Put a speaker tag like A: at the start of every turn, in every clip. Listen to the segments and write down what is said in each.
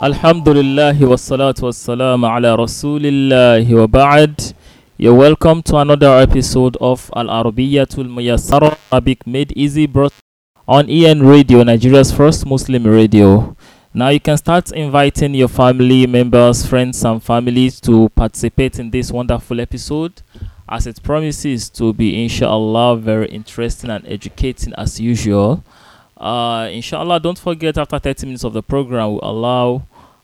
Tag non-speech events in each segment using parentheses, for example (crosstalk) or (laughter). A: الحمد لله والصلاة والسلام على رسول الله وبعد You're welcome to another episode of Al Arabiyatul Muyassara Arabic Made Easy brought on EN Radio, Nigeria's first Muslim radio. Now you can start inviting your family members, friends, and families to participate in this wonderful episode as it promises to be, inshallah, very interesting and educating as usual. Uh, inshallah, don't forget after 30 minutes of the program, we allow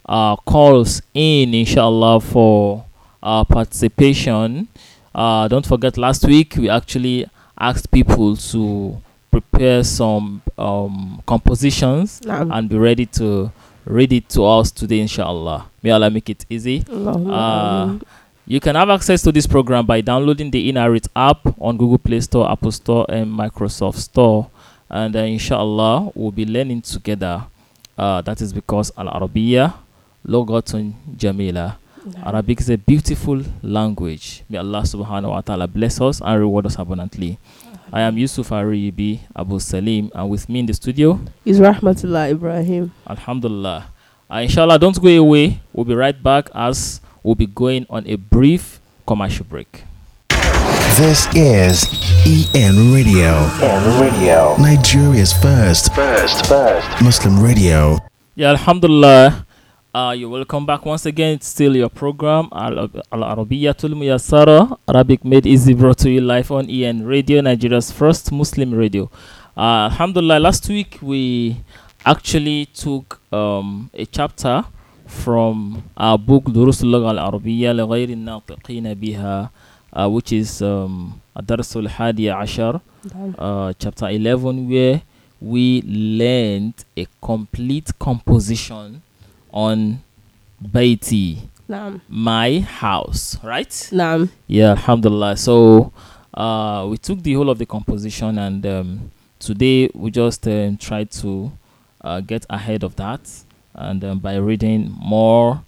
A: uh, calls in, inshallah, for uh, participation. Uh, don't forget, last week we actually asked people to prepare some um, compositions
B: نعم
A: and be ready to read it to us today, inshallah. May Allah make it easy.
B: اللهم
A: آه.
B: آمين.
A: You can have access to this program by downloading the Inarit app on Google Play Store, Apple Store, and Microsoft Store. And uh, inshallah, we'll be learning together. Uh, that is because Al Arabiya, Logotun Jamila. Arabic is a beautiful language. May Allah subhanahu wa ta'ala bless us and reward us abundantly. I am Yusuf Ariyibi Abu Salim, and with me in the studio,
B: is Rahmatullah Ibrahim
A: Alhamdulillah. Uh, inshallah, don't go away. We'll be right back as we'll be going on a brief commercial break.
C: This is EN Radio,
D: Radio.
C: Nigeria's first
D: First, first.
C: Muslim radio.
A: Yeah, Alhamdulillah. Uh, you're welcome back once again. It's still your program, Al Arabiyatul Muyassara, Arabic Made Easy, brought to you live on EN Radio, Nigeria's first Muslim radio. Uh, Alhamdulillah, last week we actually took um, a chapter from our book, Durus Al Arabiya, لغير الناطقين بها, uh, which is um, Darsul Hadi Ashar, uh, chapter 11 where we learned a complete composition on Baiti,
B: نعم
A: my house, right?
B: نعم
A: Yeah, alhamdulillah. So uh, we took the whole of the composition and um, today we just um, tried to uh, get ahead of that and um, by reading more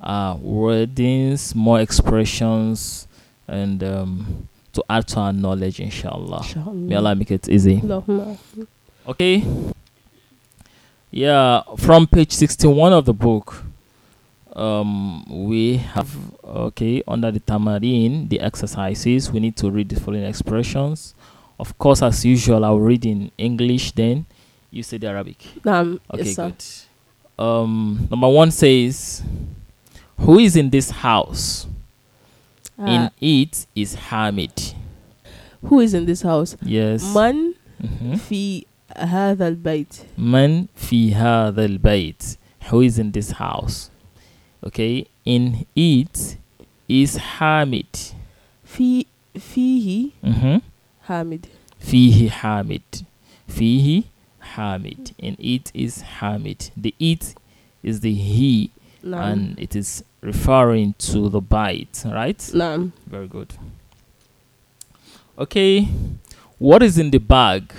A: uh, wordings, more expressions and um, to add to our knowledge, inshallah. May Allah make it easy.
B: اللهم
A: Okay. Yeah, from page 61 of the book, um, we have, okay, under the tamarin, the exercises, we need to read the following expressions. Of course, as usual, I'll read in English, then you say the Arabic.
B: نعم
A: Okay,
B: yes, sir.
A: good. Um, number one says, Who is in this house?
B: Uh,
A: in it is Hamid.
B: who is in this house
A: Yes.
B: من
A: Mhm.
B: في هذا البيت
A: من في هذا البيت who is in this house okay in it is Hamid
B: في فيه
A: Mhm.
B: حامد
A: فيه حامد فيه حامد in it is Hamid the it is the he
B: نعم
A: and it is referring to the bite right
B: نعم
A: very good okay what is in the bag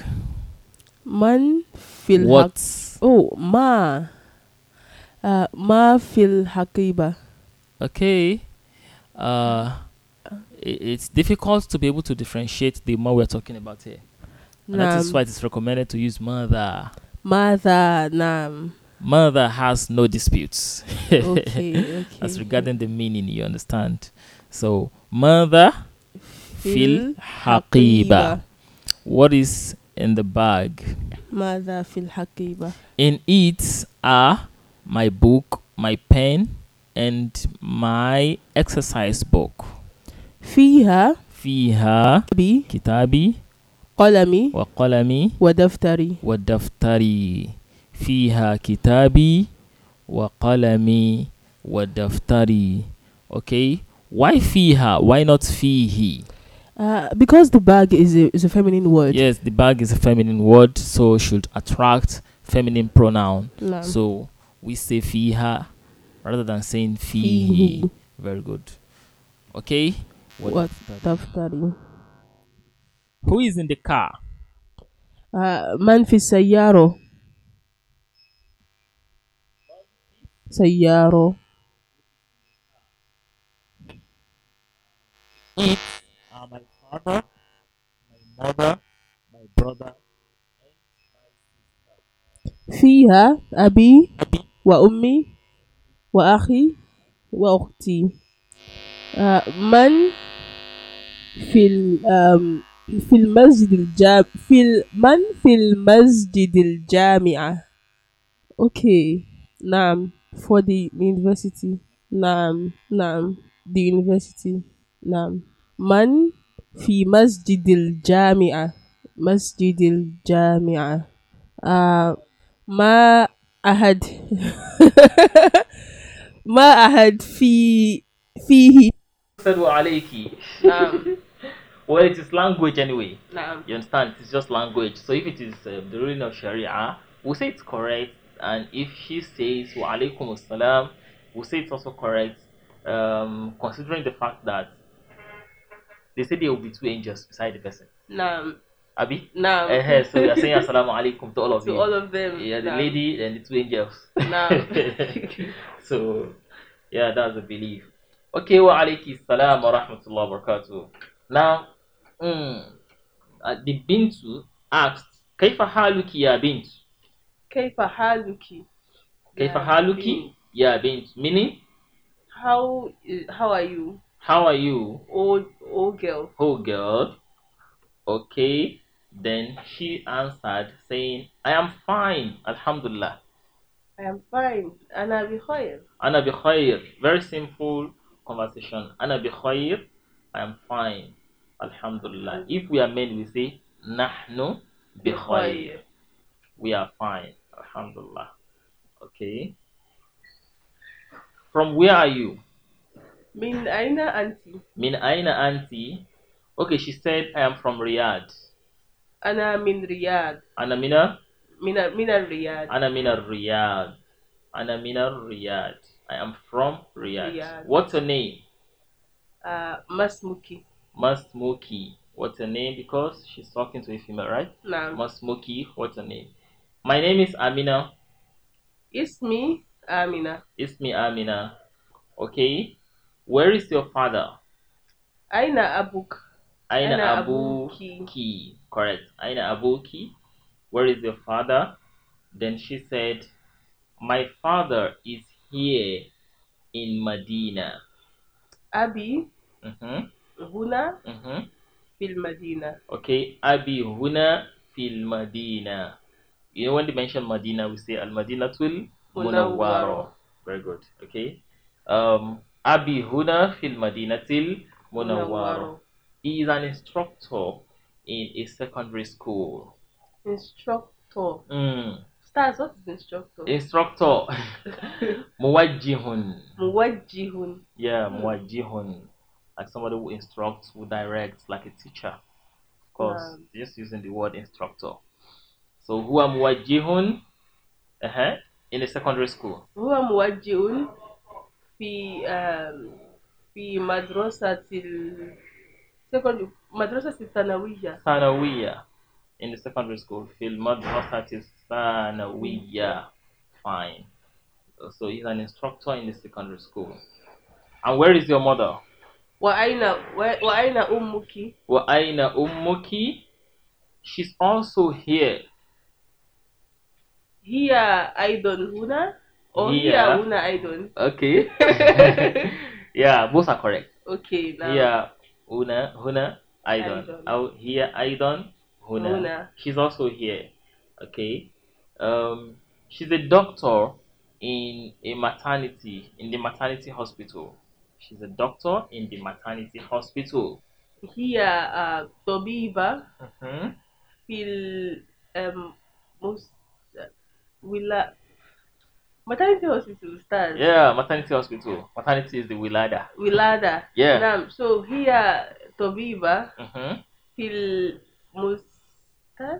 B: من في الحق
A: what
B: أو ما آه ما في الحقيبة
A: Okay. Uh, i- it's difficult to be able to differentiate the more we're talking about here. And that is why
B: نعم
A: it's recommended to use mother. (laughs)
B: ماذا نعم
A: Mother has no disputes (laughs)
B: أوكي أوكي
A: as regarding the meaning, you understand. So, mother fil haqiba.
B: حقيبة.
A: What is in the bag?
B: ماذا في الحقيبة
A: In it are my book, my pen, and my exercise book.
B: فيها
A: فيها
B: بي
A: كتابي
B: قلمي
A: وقلمي
B: ودفتري
A: ودفتري فيها كتابي وقلمي ودفتري okay why فيها why not فيه
B: Uh, because the bag is a, is a feminine word.
A: yes the bag is a feminine word so should attract feminine pronoun
B: نعم.
A: so we say فيها rather than saying فيه
B: فيه.
A: very good okay ودفتري.
B: دفتري.
A: who is in the car
B: Uh, من في السيارة؟ سيارة.
A: it are my father, my mother, my brother,
B: فيها أبي وأمي وأخي وأختي آه، من في ال- آم، في المسجد الجام في ال- من في المسجد الجامعة okay نعم for the university نعم نعم the university نعم من في مسجد الجامعة مسجد الجامعة آه ما أحد (laughs) ما أحد في فيه
A: عليki.
B: نعم
A: Well, it is language anyway.
B: نعم
A: You understand? It's just language. So if it is uh, the ruling of Sharia, we say it's correct. And if she says wa alaikum assalam, we say it's also correct. Um, considering the fact that they say there will be two angels beside the person.
B: نعم (laughs)
A: Abi?
B: نعم
A: Eh, so you are
B: (laughs)
A: saying assalamu alaikum to all of
B: to
A: you.
B: all of them
A: yeah, the
B: نعم.
A: lady and the two angels.
B: نعم
A: (laughs) so, yeah, that's the belief. Okay, wa alayki salam wa rahmatullahi wa barakatuh. Now, mm, uh, the Bintu asked, Kaifa haluki ya bint?
B: كيف حالك نعم.
A: Kaifa
B: Yeah,
A: haluki ya bint? Meaning,
B: how is- how are you
A: how are you,
B: old old girl
A: oh girl? Okay, then she answered, saying, I am fine, alhamdulillah.
B: I am fine أنا بخير
A: Ana bi khair. Very simple conversation. Ana bi khair. I am fine. Alhamdulillah. If we are men, we say nahnu bi khair. We are fine. Alhamdulillah. Okay. From where are you?
B: من أين أنت
A: Min aina anti? Okay, she said I am from Riyadh.
B: أنا من رياض
A: Ana mina?
B: من من الرياض
A: Ana mina Riyadh. Ana mina Riyadh. I am from Riyadh.
B: Riyadh.
A: What's your name?
B: آه، ما اسمك
A: Masmoki, what's her name? Because she's talking to a female, right?
B: نعم
A: Masmoki, what's her name? My name is Amina.
B: اسمي آمنة
A: It's me, Amina. Okay. Where is your father?
B: أين أبوك
A: Aina
B: Aina
A: Abu
B: Abuki.
A: Ki. Correct. Aina Abu Ki. Where is your father? Then she said, My father is here in Medina.
B: أبي
A: Mm-hmm.
B: هنا
A: Mm-hmm.
B: في المدينة
A: Okay, Abi Huna fil Madina. You know when they mention Madina, we say Al Madina tul Munawwaro.
B: Munawwaro.
A: Very good. Okay. Um, Abi Huna fil Madina til Munawwaro.
B: نوارو.
A: He is an instructor in a secondary school.
B: instructor
A: Mm.
B: stars what is instructor
A: إيه. Instructor. Muwajjihun.
B: موجه
A: Yeah, muwajjihun. Like somebody who instructs, who directs, like a teacher. Of course, just using the word instructor. So, huwa muwajjihun uh-huh, in a secondary school.
B: هو موجه في آم، في مدرسة ال secondary- مدرسة الثانوية
A: Sanawiya in the secondary school. Fil madrasati sanawiya. Fine. So, he's an instructor in the secondary school. And where is your mother?
B: وأين و- وأين أمك؟
A: Wa aina ummuki? She's also here.
B: هي أيضا هنا أو
A: هي.
B: هي هنا أيضا
A: (laughs) Okay. yeah, both are correct.
B: أوكي نعم
A: Here, Una, Huna, Aidon.
B: Aidon.
A: Out here, Aidon, Huna.
B: Huna.
A: She's also here. Okay. Um, she's a doctor in a maternity, in the maternity hospital. She's a doctor in the maternity hospital.
B: هي آه، طبيبة
A: Mhm.
B: في ال آم، مس- ولا maternity hospital stars
A: Yeah, maternity hospital. Maternity is the Wilada.
B: ولادة
A: Yeah.
B: نعم so هي طبيبة
A: Mm-hmm.
B: في المستشفى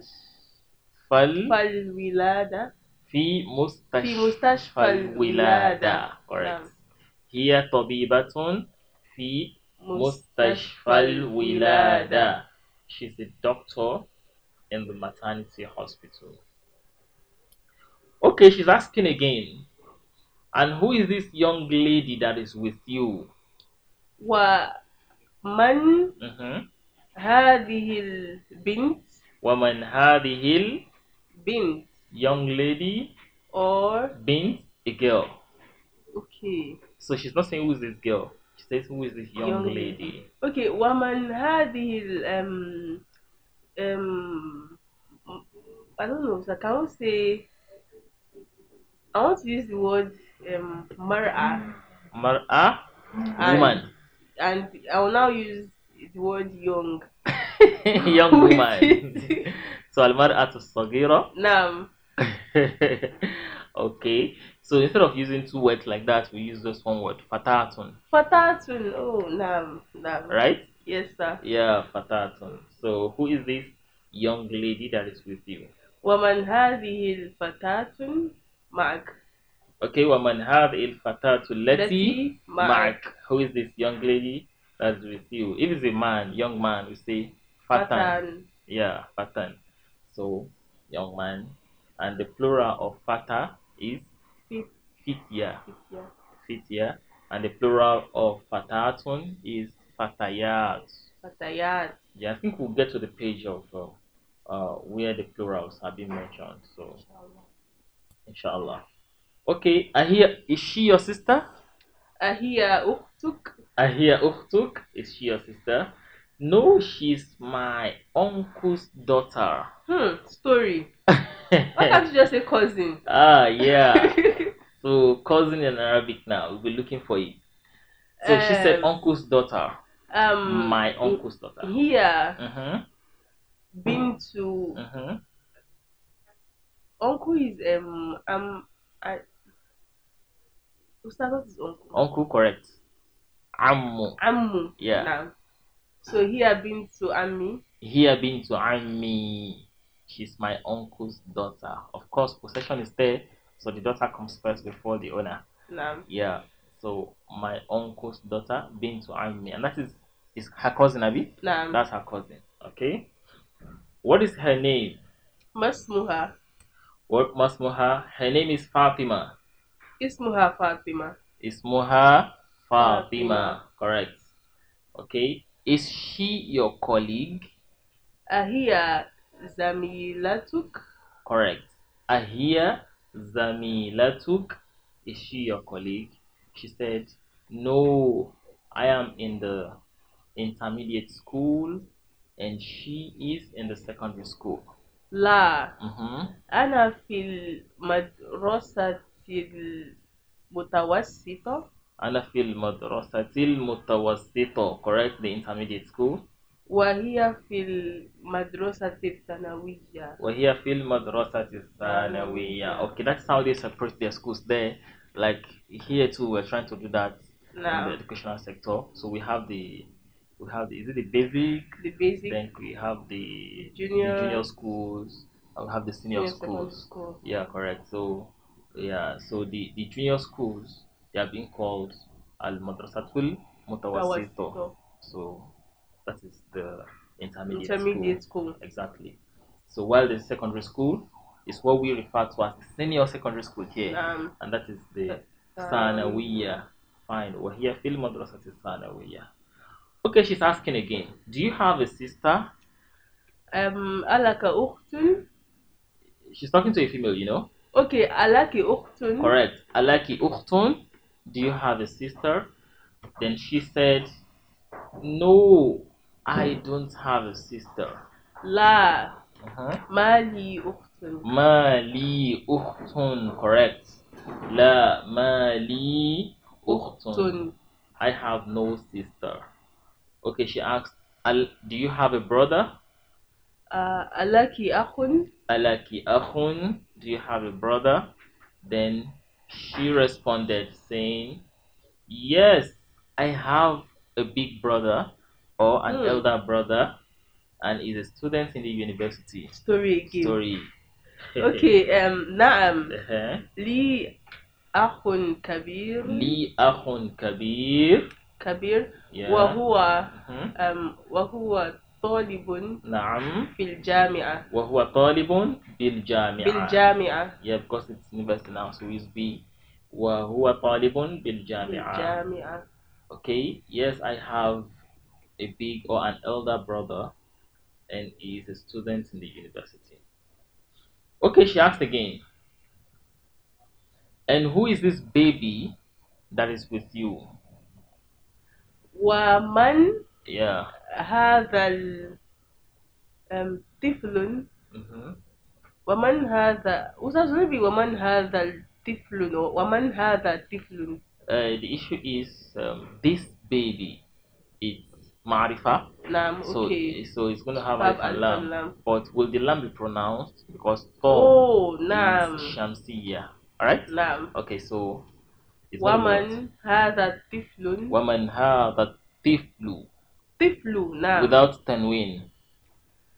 A: Fal
B: الولادة
A: fi mustash. Um,
B: في مستشفى الولادة
A: الولادة. Correct.
B: نعم.
A: Here, طبيبة في مستشفى الولادة She's a doctor in the maternity hospital. Okay, she's asking again. And who is this young lady that is with you?
B: ومن
A: Mm-hmm.
B: هذه البنت
A: Woman Hill,
B: بنت
A: young lady,
B: or
A: bint, a girl.
B: Okay.
A: So she's not saying who is this girl. She says who is this young,
B: Young
A: lady.
B: lady. Okay. ومن هذه ال um um I don't know. So can we say? I want to use the word um mar'a
A: Mar'a,
B: and
A: woman,
B: and I will now use the word young.
A: (laughs) young (laughs) woman. so al-mar'a sagira.
B: Nam.
A: (laughs) okay. So instead of using two words like that, we use just one word, fatatun,
B: Fatatun. Oh, nam. Nam.
A: right?
B: Yes, sir.
A: Yeah, fatatun. So who is this young lady that is with you?
B: ومن هذه الفتاة معك
A: Okay, ومن هذه الفتاة التي
B: التي معك.
A: معك Who is this young lady that's with you? If it's a man, young man, we say fatan.
B: فتاة
A: Yeah, fatan. So, young man. And the plural of fata is
B: Fit-
A: fitya.
B: yeah.
A: Fitya. And the plural of fatatun is fatayat.
B: فتيات
A: Yeah, I think we'll get to the page of uh, uh, where the plurals have been mentioned. So, inshallah. Okay, I hear. Is she your sister?
B: أهي أختك
A: I hear Uktuk. Is she your sister? No, she's my uncle's daughter. (laughs)
B: hmm story why can't you just say cousin
A: ah, yeah. So, cousin in Arabic now. We'll be looking for it. So, she said,
B: Um,
A: uncle's daughter.
B: um
A: My uncle's daughter.
B: هي
A: Mm
B: بنت
A: hmm. Mm hmm.
B: uncle is um um I Ustaz what is uncle
A: Uncle, correct. Ammu.
B: عمو
A: Yeah.
B: نعم so here بنت عمي
A: here being to Ami. She's my uncle's daughter. Of course, possession is there, so the daughter comes first before the owner.
B: نعم
A: Yeah. So my uncle's daughter being to Ami, and that is is her cousin Abi.
B: نعم
A: That's her cousin. Okay. What is her name?
B: ما اسمها
A: What Masmuha? Her name is Fatima.
B: اسمها فاطمة
A: Ismuha Fatima.
B: Fatima.
A: Correct. Okay. Is she your colleague?
B: أهي زميلتك
A: Correct. Ahia Zamilatuk, is she your colleague? She said, No, I am in the intermediate school and she is in the secondary school.
B: لا
A: Mm-hmm.
B: أنا في المدرسة المتوسطة
A: أنا في المدرسة المتوسطة correct the intermediate school
B: وهي في المدرسة الثانوية
A: وهي في المدرسة الثانوية okay that's how they separate their schools there like here too we're trying to do that in the
B: نعم
A: educational sector. So we have the we have the, is it the basic?
B: the basic
A: Then we have the
B: Junior.
A: the junior schools. and We have the senior
B: Yes, secondary
A: schools.
B: school.
A: Yeah, correct. So yeah, so the the junior schools they are being called al madrasatul mutawasito.
B: Mutawasito.
A: So that is the intermediate,
B: intermediate
A: school.
B: school
A: Exactly. So while the secondary school is what we refer to as senior secondary school here
B: نعم
A: and that is the
B: Th-
A: Sanawiya. Fine. وهي في المدرسة الثانوية. Okay, she's asking again. Do you have a sister?
B: أم ألك أخت
A: She's talking to a female, you know.
B: Mm-hmm. أوكي ألك أخت
A: Correct. Alaki uktun. Do you have a sister? Then she said, No, I don't have a sister.
B: لا
A: Uh-huh.
B: ما لي أخت
A: ما لي أخت. Correct. لا ما لي أخت.
B: أخت
A: I have no sister. Okay, she asked, Al, do you have a brother?
B: آه، ألك أخ
A: Alaki akhun, do you have a brother? Then she responded saying, yes, I have a big brother or an
B: Hmm.
A: elder brother and is a student in the university.
B: story again
A: Story.
B: أوكي أم
A: (laughs)
B: نعم
A: Uh-huh.
B: لي أخ كبير
A: Li akhun kabir.
B: كبير
A: Yeah.
B: وهو
A: Mhm.
B: أم وهو طالب
A: Naam.
B: في الجامعة
A: وهو طالب بالجامعة.
B: بالجامعة
A: Yeah, because it's university now, so it's B. وهو طالب بالجامعة.
B: بالجامعة
A: Okay, yes, I have a big or an elder brother, and he is a student in the university. Okay, she asked again. And who is this baby that is with you.
B: ومن
A: Yeah.
B: هذا ال- um, طفل
A: hmm
B: ومن هذا وصلت be ومن هذا الطفل ومن هذا الطفل
A: Uh, the issue is um, this baby is Marifa.
B: نعم
A: So,
B: Oh, okay
A: so it's going to have
B: Have
A: alif
B: alif
A: and
B: and
A: lam.
B: lam.
A: But will the lam be pronounced? Because Thor
B: oh نعم
A: is Shamsiya. Alright?
B: نعم
A: Okay, so it's gonna be what?
B: ومن هذا الطفل
A: Woman هذا الطفل
B: طفل نعم
A: without تنوين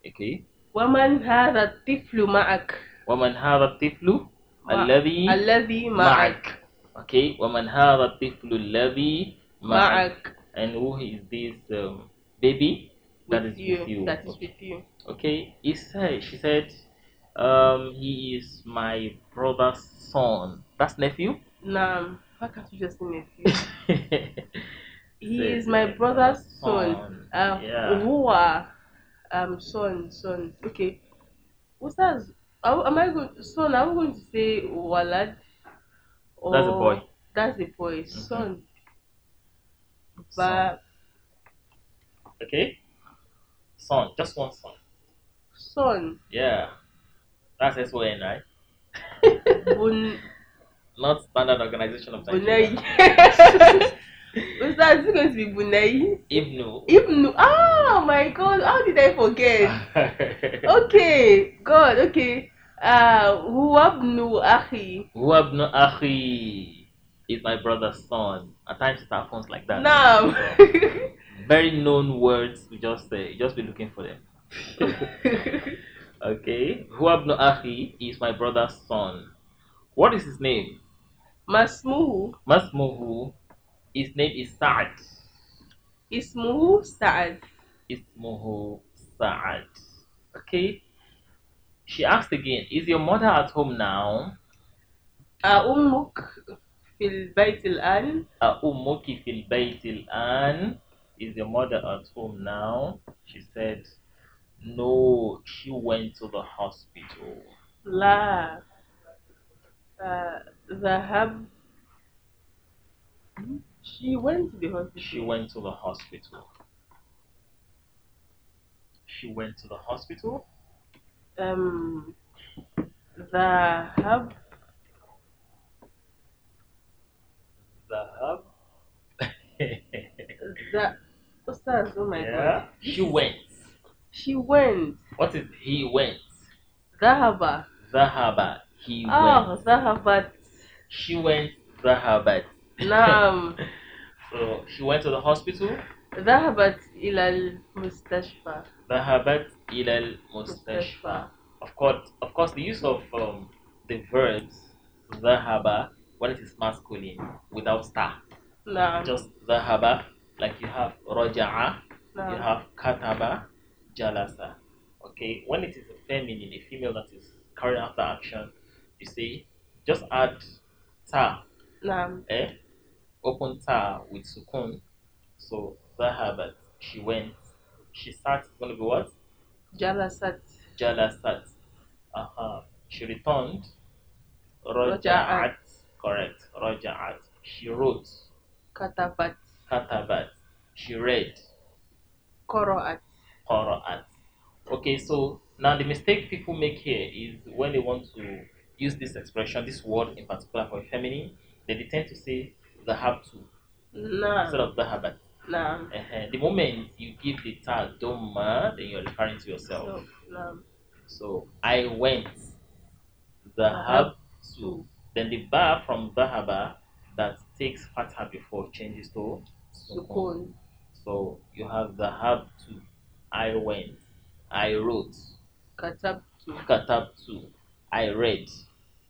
A: okay
B: ومن هذا الطفل معك
A: ومن هذا الطفل
B: مع-
A: الذي
B: الذي
A: معك
B: معك
A: okay ومن هذا الطفل الذي معك
B: معك
A: and who is this um, baby that is
B: with
A: with
B: you
A: you
B: that is with you
A: okay he said she said um, he is my brother's son that's nephew (laughs)
B: نعم why can't you just say nephew he
A: Say
B: is my
A: nephew,
B: brother's
A: son.
B: son uh,
A: Yeah.
B: who are um son son okay what's that How- am I going son I'm going to say walad or
A: That's a boy. Mm-hmm.
B: that's a boy son but
A: okay son just one son
B: son
A: Yeah, that's S-O-N, right?
B: bun
A: Not Standard Organization of
B: bunai
A: Nigeria.
B: (laughs) what's that is it going to be bunai
A: Ibnu.
B: (laughs)
A: (laughs)
B: Ibn oh my god how did I forget okay god okay uh huwa ibnu akhi
A: Huabnu Akhi is my brother's son. At times it happens like that.
B: Now,
A: Very known words, we just say, just be looking for them. Okay. Huabnu Akhi is my brother's son. What is his name?
B: (laughs) Masmuhu,
A: Masmuhu. His name is Sa'ad.
B: Ismuhu Saad.
A: Ismuhu Sa'ad. Okay. She asked again, is your mother at home now?
B: Ah, أمك في البيت الآن
A: أأمك في البيت الآن Is your mother at home now? She said, No, she went to the hospital.
B: لا آه، ذهب Hmm? she went to the
A: She
B: hospital
A: went to the hospital. She went to the hospital.
B: um, ذهب
A: Zahab.
B: ذ- Ustaz, oh my god
A: yeah. She went.
B: she went
A: What is he went?
B: ذهب
A: Zahaba. He
B: آه
A: went. (laughs)
B: ذهبت
A: She went. Zahabat.
B: نعم
A: So she went to the hospital.
B: ذهبت إلى المستشفى
A: ذهبت إلى المستشفى. Of course, of course, the use of um, the verbs ذهب when it is masculine without star,
B: نعم
A: just ذهب like you have رجع, you
B: نعم.
A: have كتب, جلس. Okay, when it is a feminine, a female that is carrying out the action, you see, just add ta,
B: نعم
A: eh? Open ta with sukun. So ذهبت, she went, she sat. It's gonna be what?
B: جلست
A: Jalasat. Uh-huh. She returned. Raja'at.
B: Raja'at.
A: Correct. Raja'at. She wrote.
B: كتبت
A: Katabat. She read.
B: قرأت
A: Qara'at. Okay, so now the mistake people make here is when they want to use this expression, this word in particular for feminine, they tend to say the have to instead
B: نعم
A: of the habat.
B: نعم
A: Uh-huh. The moment you give the tag doma, then you're referring to yourself.
B: So, نعم
A: So I went Zahab to. Then the bar from Zahaba that takes fatha before changes to sukun.
B: سكون
A: So you have Zahab to. I went. I wrote.
B: كتبت
A: Katab to. I read.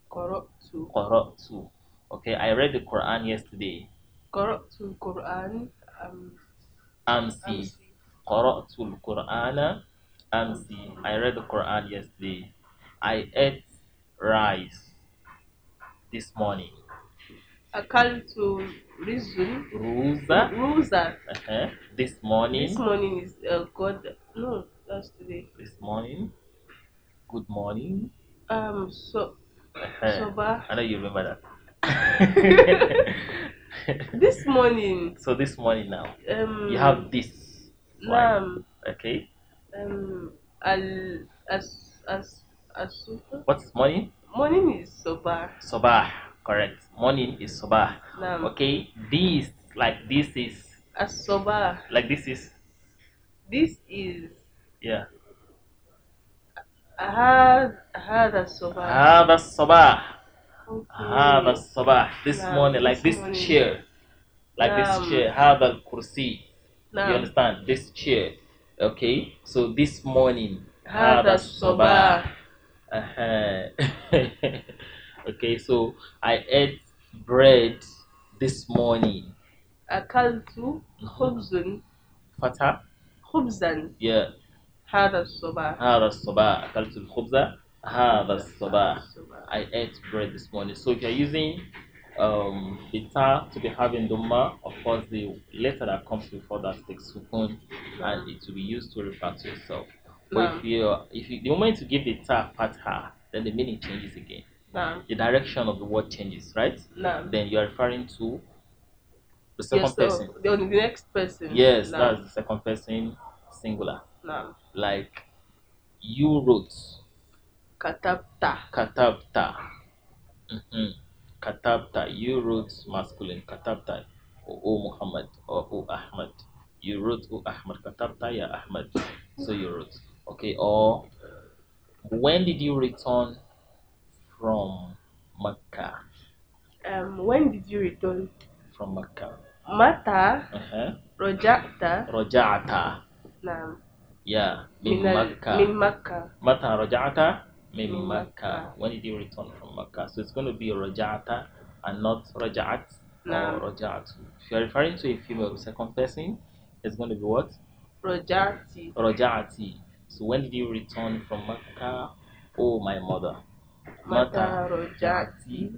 B: قرأت
A: Qara to. Okay, I read the Quran yesterday.
B: قرأت القرآن أم
A: Amsi.
B: أمس
A: Qara to Qur'ana. Amsi. I read the Quran yesterday. I ate rice this morning.
B: أكلت رزل
A: Ruza
B: روزا
A: uh-huh. this morning.
B: this morning is uh, God no that's today
A: This morning. Good morning.
B: um so
A: Uh-huh.
B: Soba.
A: I know you remember that.
B: this morning,
A: so this morning now,
B: um,
A: (laughs) you have this. wine,
B: Naam,
A: Okay.
B: um, al, as, as, as,
A: What's morning?
B: morning is sober.
A: Sobah. Correct. Morning is sobah.
B: Naam,
A: Okay. This like this is
B: as sober.
A: like this is
B: This is
A: yeah.
B: had had as sober.
A: Hada sobah.
B: Okay.
A: Hada sobah. This
B: Naam,
A: morning like
B: this
A: this
B: morning.
A: chair. Like
B: Naam.
A: this chair. Hada kursi. You
B: Naam,
A: understand? This chair. Okay. So this morning.
B: Hada
A: Hada
B: sober.
A: sobah. Uh-huh. (laughs) okay. So I ate bread this morning.
B: Akaltu khubzun
A: Fatah.
B: khubzan
A: Yeah.
B: hada sober.
A: هذا الصباح أكلت الخبز هذا الصباح
B: Sober.
A: I ate bread this morning so if you're using um, the ta to be having doma of course the letter that comes before that takes sukun and it will be used to refer to yourself but if you if you, the moment you give the ta fatha then the meaning changes again
B: Naam,
A: the direction of the word changes right
B: naam.
A: then you are referring to the second
B: Yes, so,
A: person
B: The the next person.
A: yes
B: Naam,
A: that's the second person singular
B: naam.
A: like you wrote
B: Katapta.
A: Katapta. Mm-hmm. Katapta. You wrote masculine. Katapta. O, o Muhammad or O Ahmad. You wrote O Ahmad. Katapta ya Ahmad. So you wrote. Okay. Or when did you return from Mecca?
B: Um, when did you return?
A: From Mecca.
B: Mata
A: Uh-huh.
B: roja'ta
A: Raja'ata.
B: naam.
A: Yeah. Min
B: Minal-
A: Mecca.
B: Min Makkah.
A: Mata raja'ata min
B: Min
A: Makkah.
B: Makkah.
A: When did you return from Makkah? So it's going to be raja'ata and not raja'at
B: No.
A: or raja'atu. If you're referring to a female second person, it's going to be what?
B: Roja'ti.
A: Raja'ati. So when did you return from Makkah? Oh, my mother.
B: Mata roja'ti.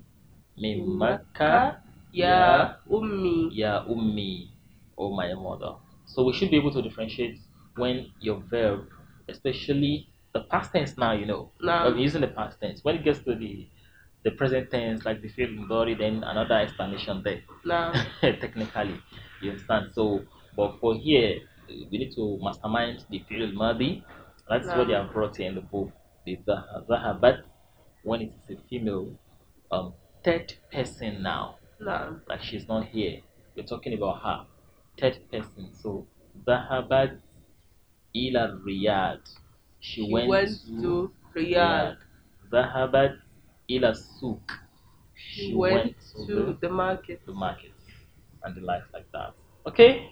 A: min
B: Min
A: Makkah.
B: Ya ummi.
A: Ya ummi. Oh, my mother. So we should be able to differentiate when your verb, especially the past tense now, you know.
B: Now.
A: I'm using the past tense. When it gets to the the present tense, like the field glory, then another explanation there. (laughs)
B: Naam.
A: technically. You understand? So, but for here, we need to mastermind the field Mahdi. That's what they have brought here in the book. The Zah- Zahabat, when it is a female, um, third person now.
B: Naam.
A: Like she's not here. We're talking about her. Third person. So, Zahabat ila Riyadh. She,
B: She went to Riyadh.
A: Zahabat ila Souk. She,
B: She went to the market.
A: the market and the life like that. Okay.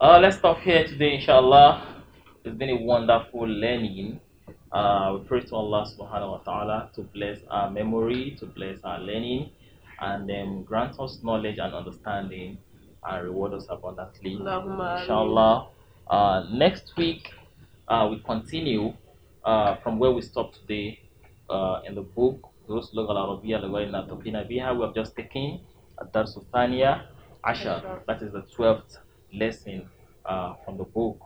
A: Uh, let's stop here today, inshallah. It's been a wonderful learning. Uh, we pray to Allah subhanahu wa ta'ala to bless our memory, to bless our learning, and then grant us knowledge and understanding and reward us abundantly.
B: Allahumma
A: Inshallah. Uh, next week, uh, we continue uh, from where we stopped today uh, in the book دروس اللغة العربية التي نلتقينا بها we have just taken الدرس الثانية عشر that is the 12th lesson uh, from the book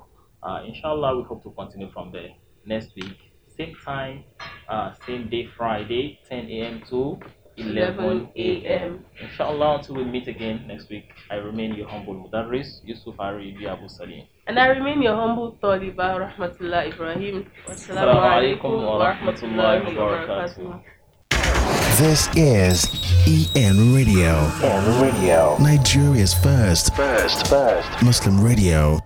A: uh, inshallah we hope to continue from there next week same time uh, same day Friday 10 a.m. to 11 a.m. inshallah until we meet again next week I remain your humble mudarris Yusuf Aribi Abu Salim
B: And I remain your humble Taliba Rahmatullah Ibrahim. Wassalamu
A: Assalamu alaikum
B: alaikum
A: wa
B: wa
A: rahmatullahi
B: rahmatullahi
A: wa
B: wa
A: barakatuh.
B: barakatuh.
C: This is EN Radio,
E: and radio.
C: Nigeria's first
E: First, first.
C: Muslim radio.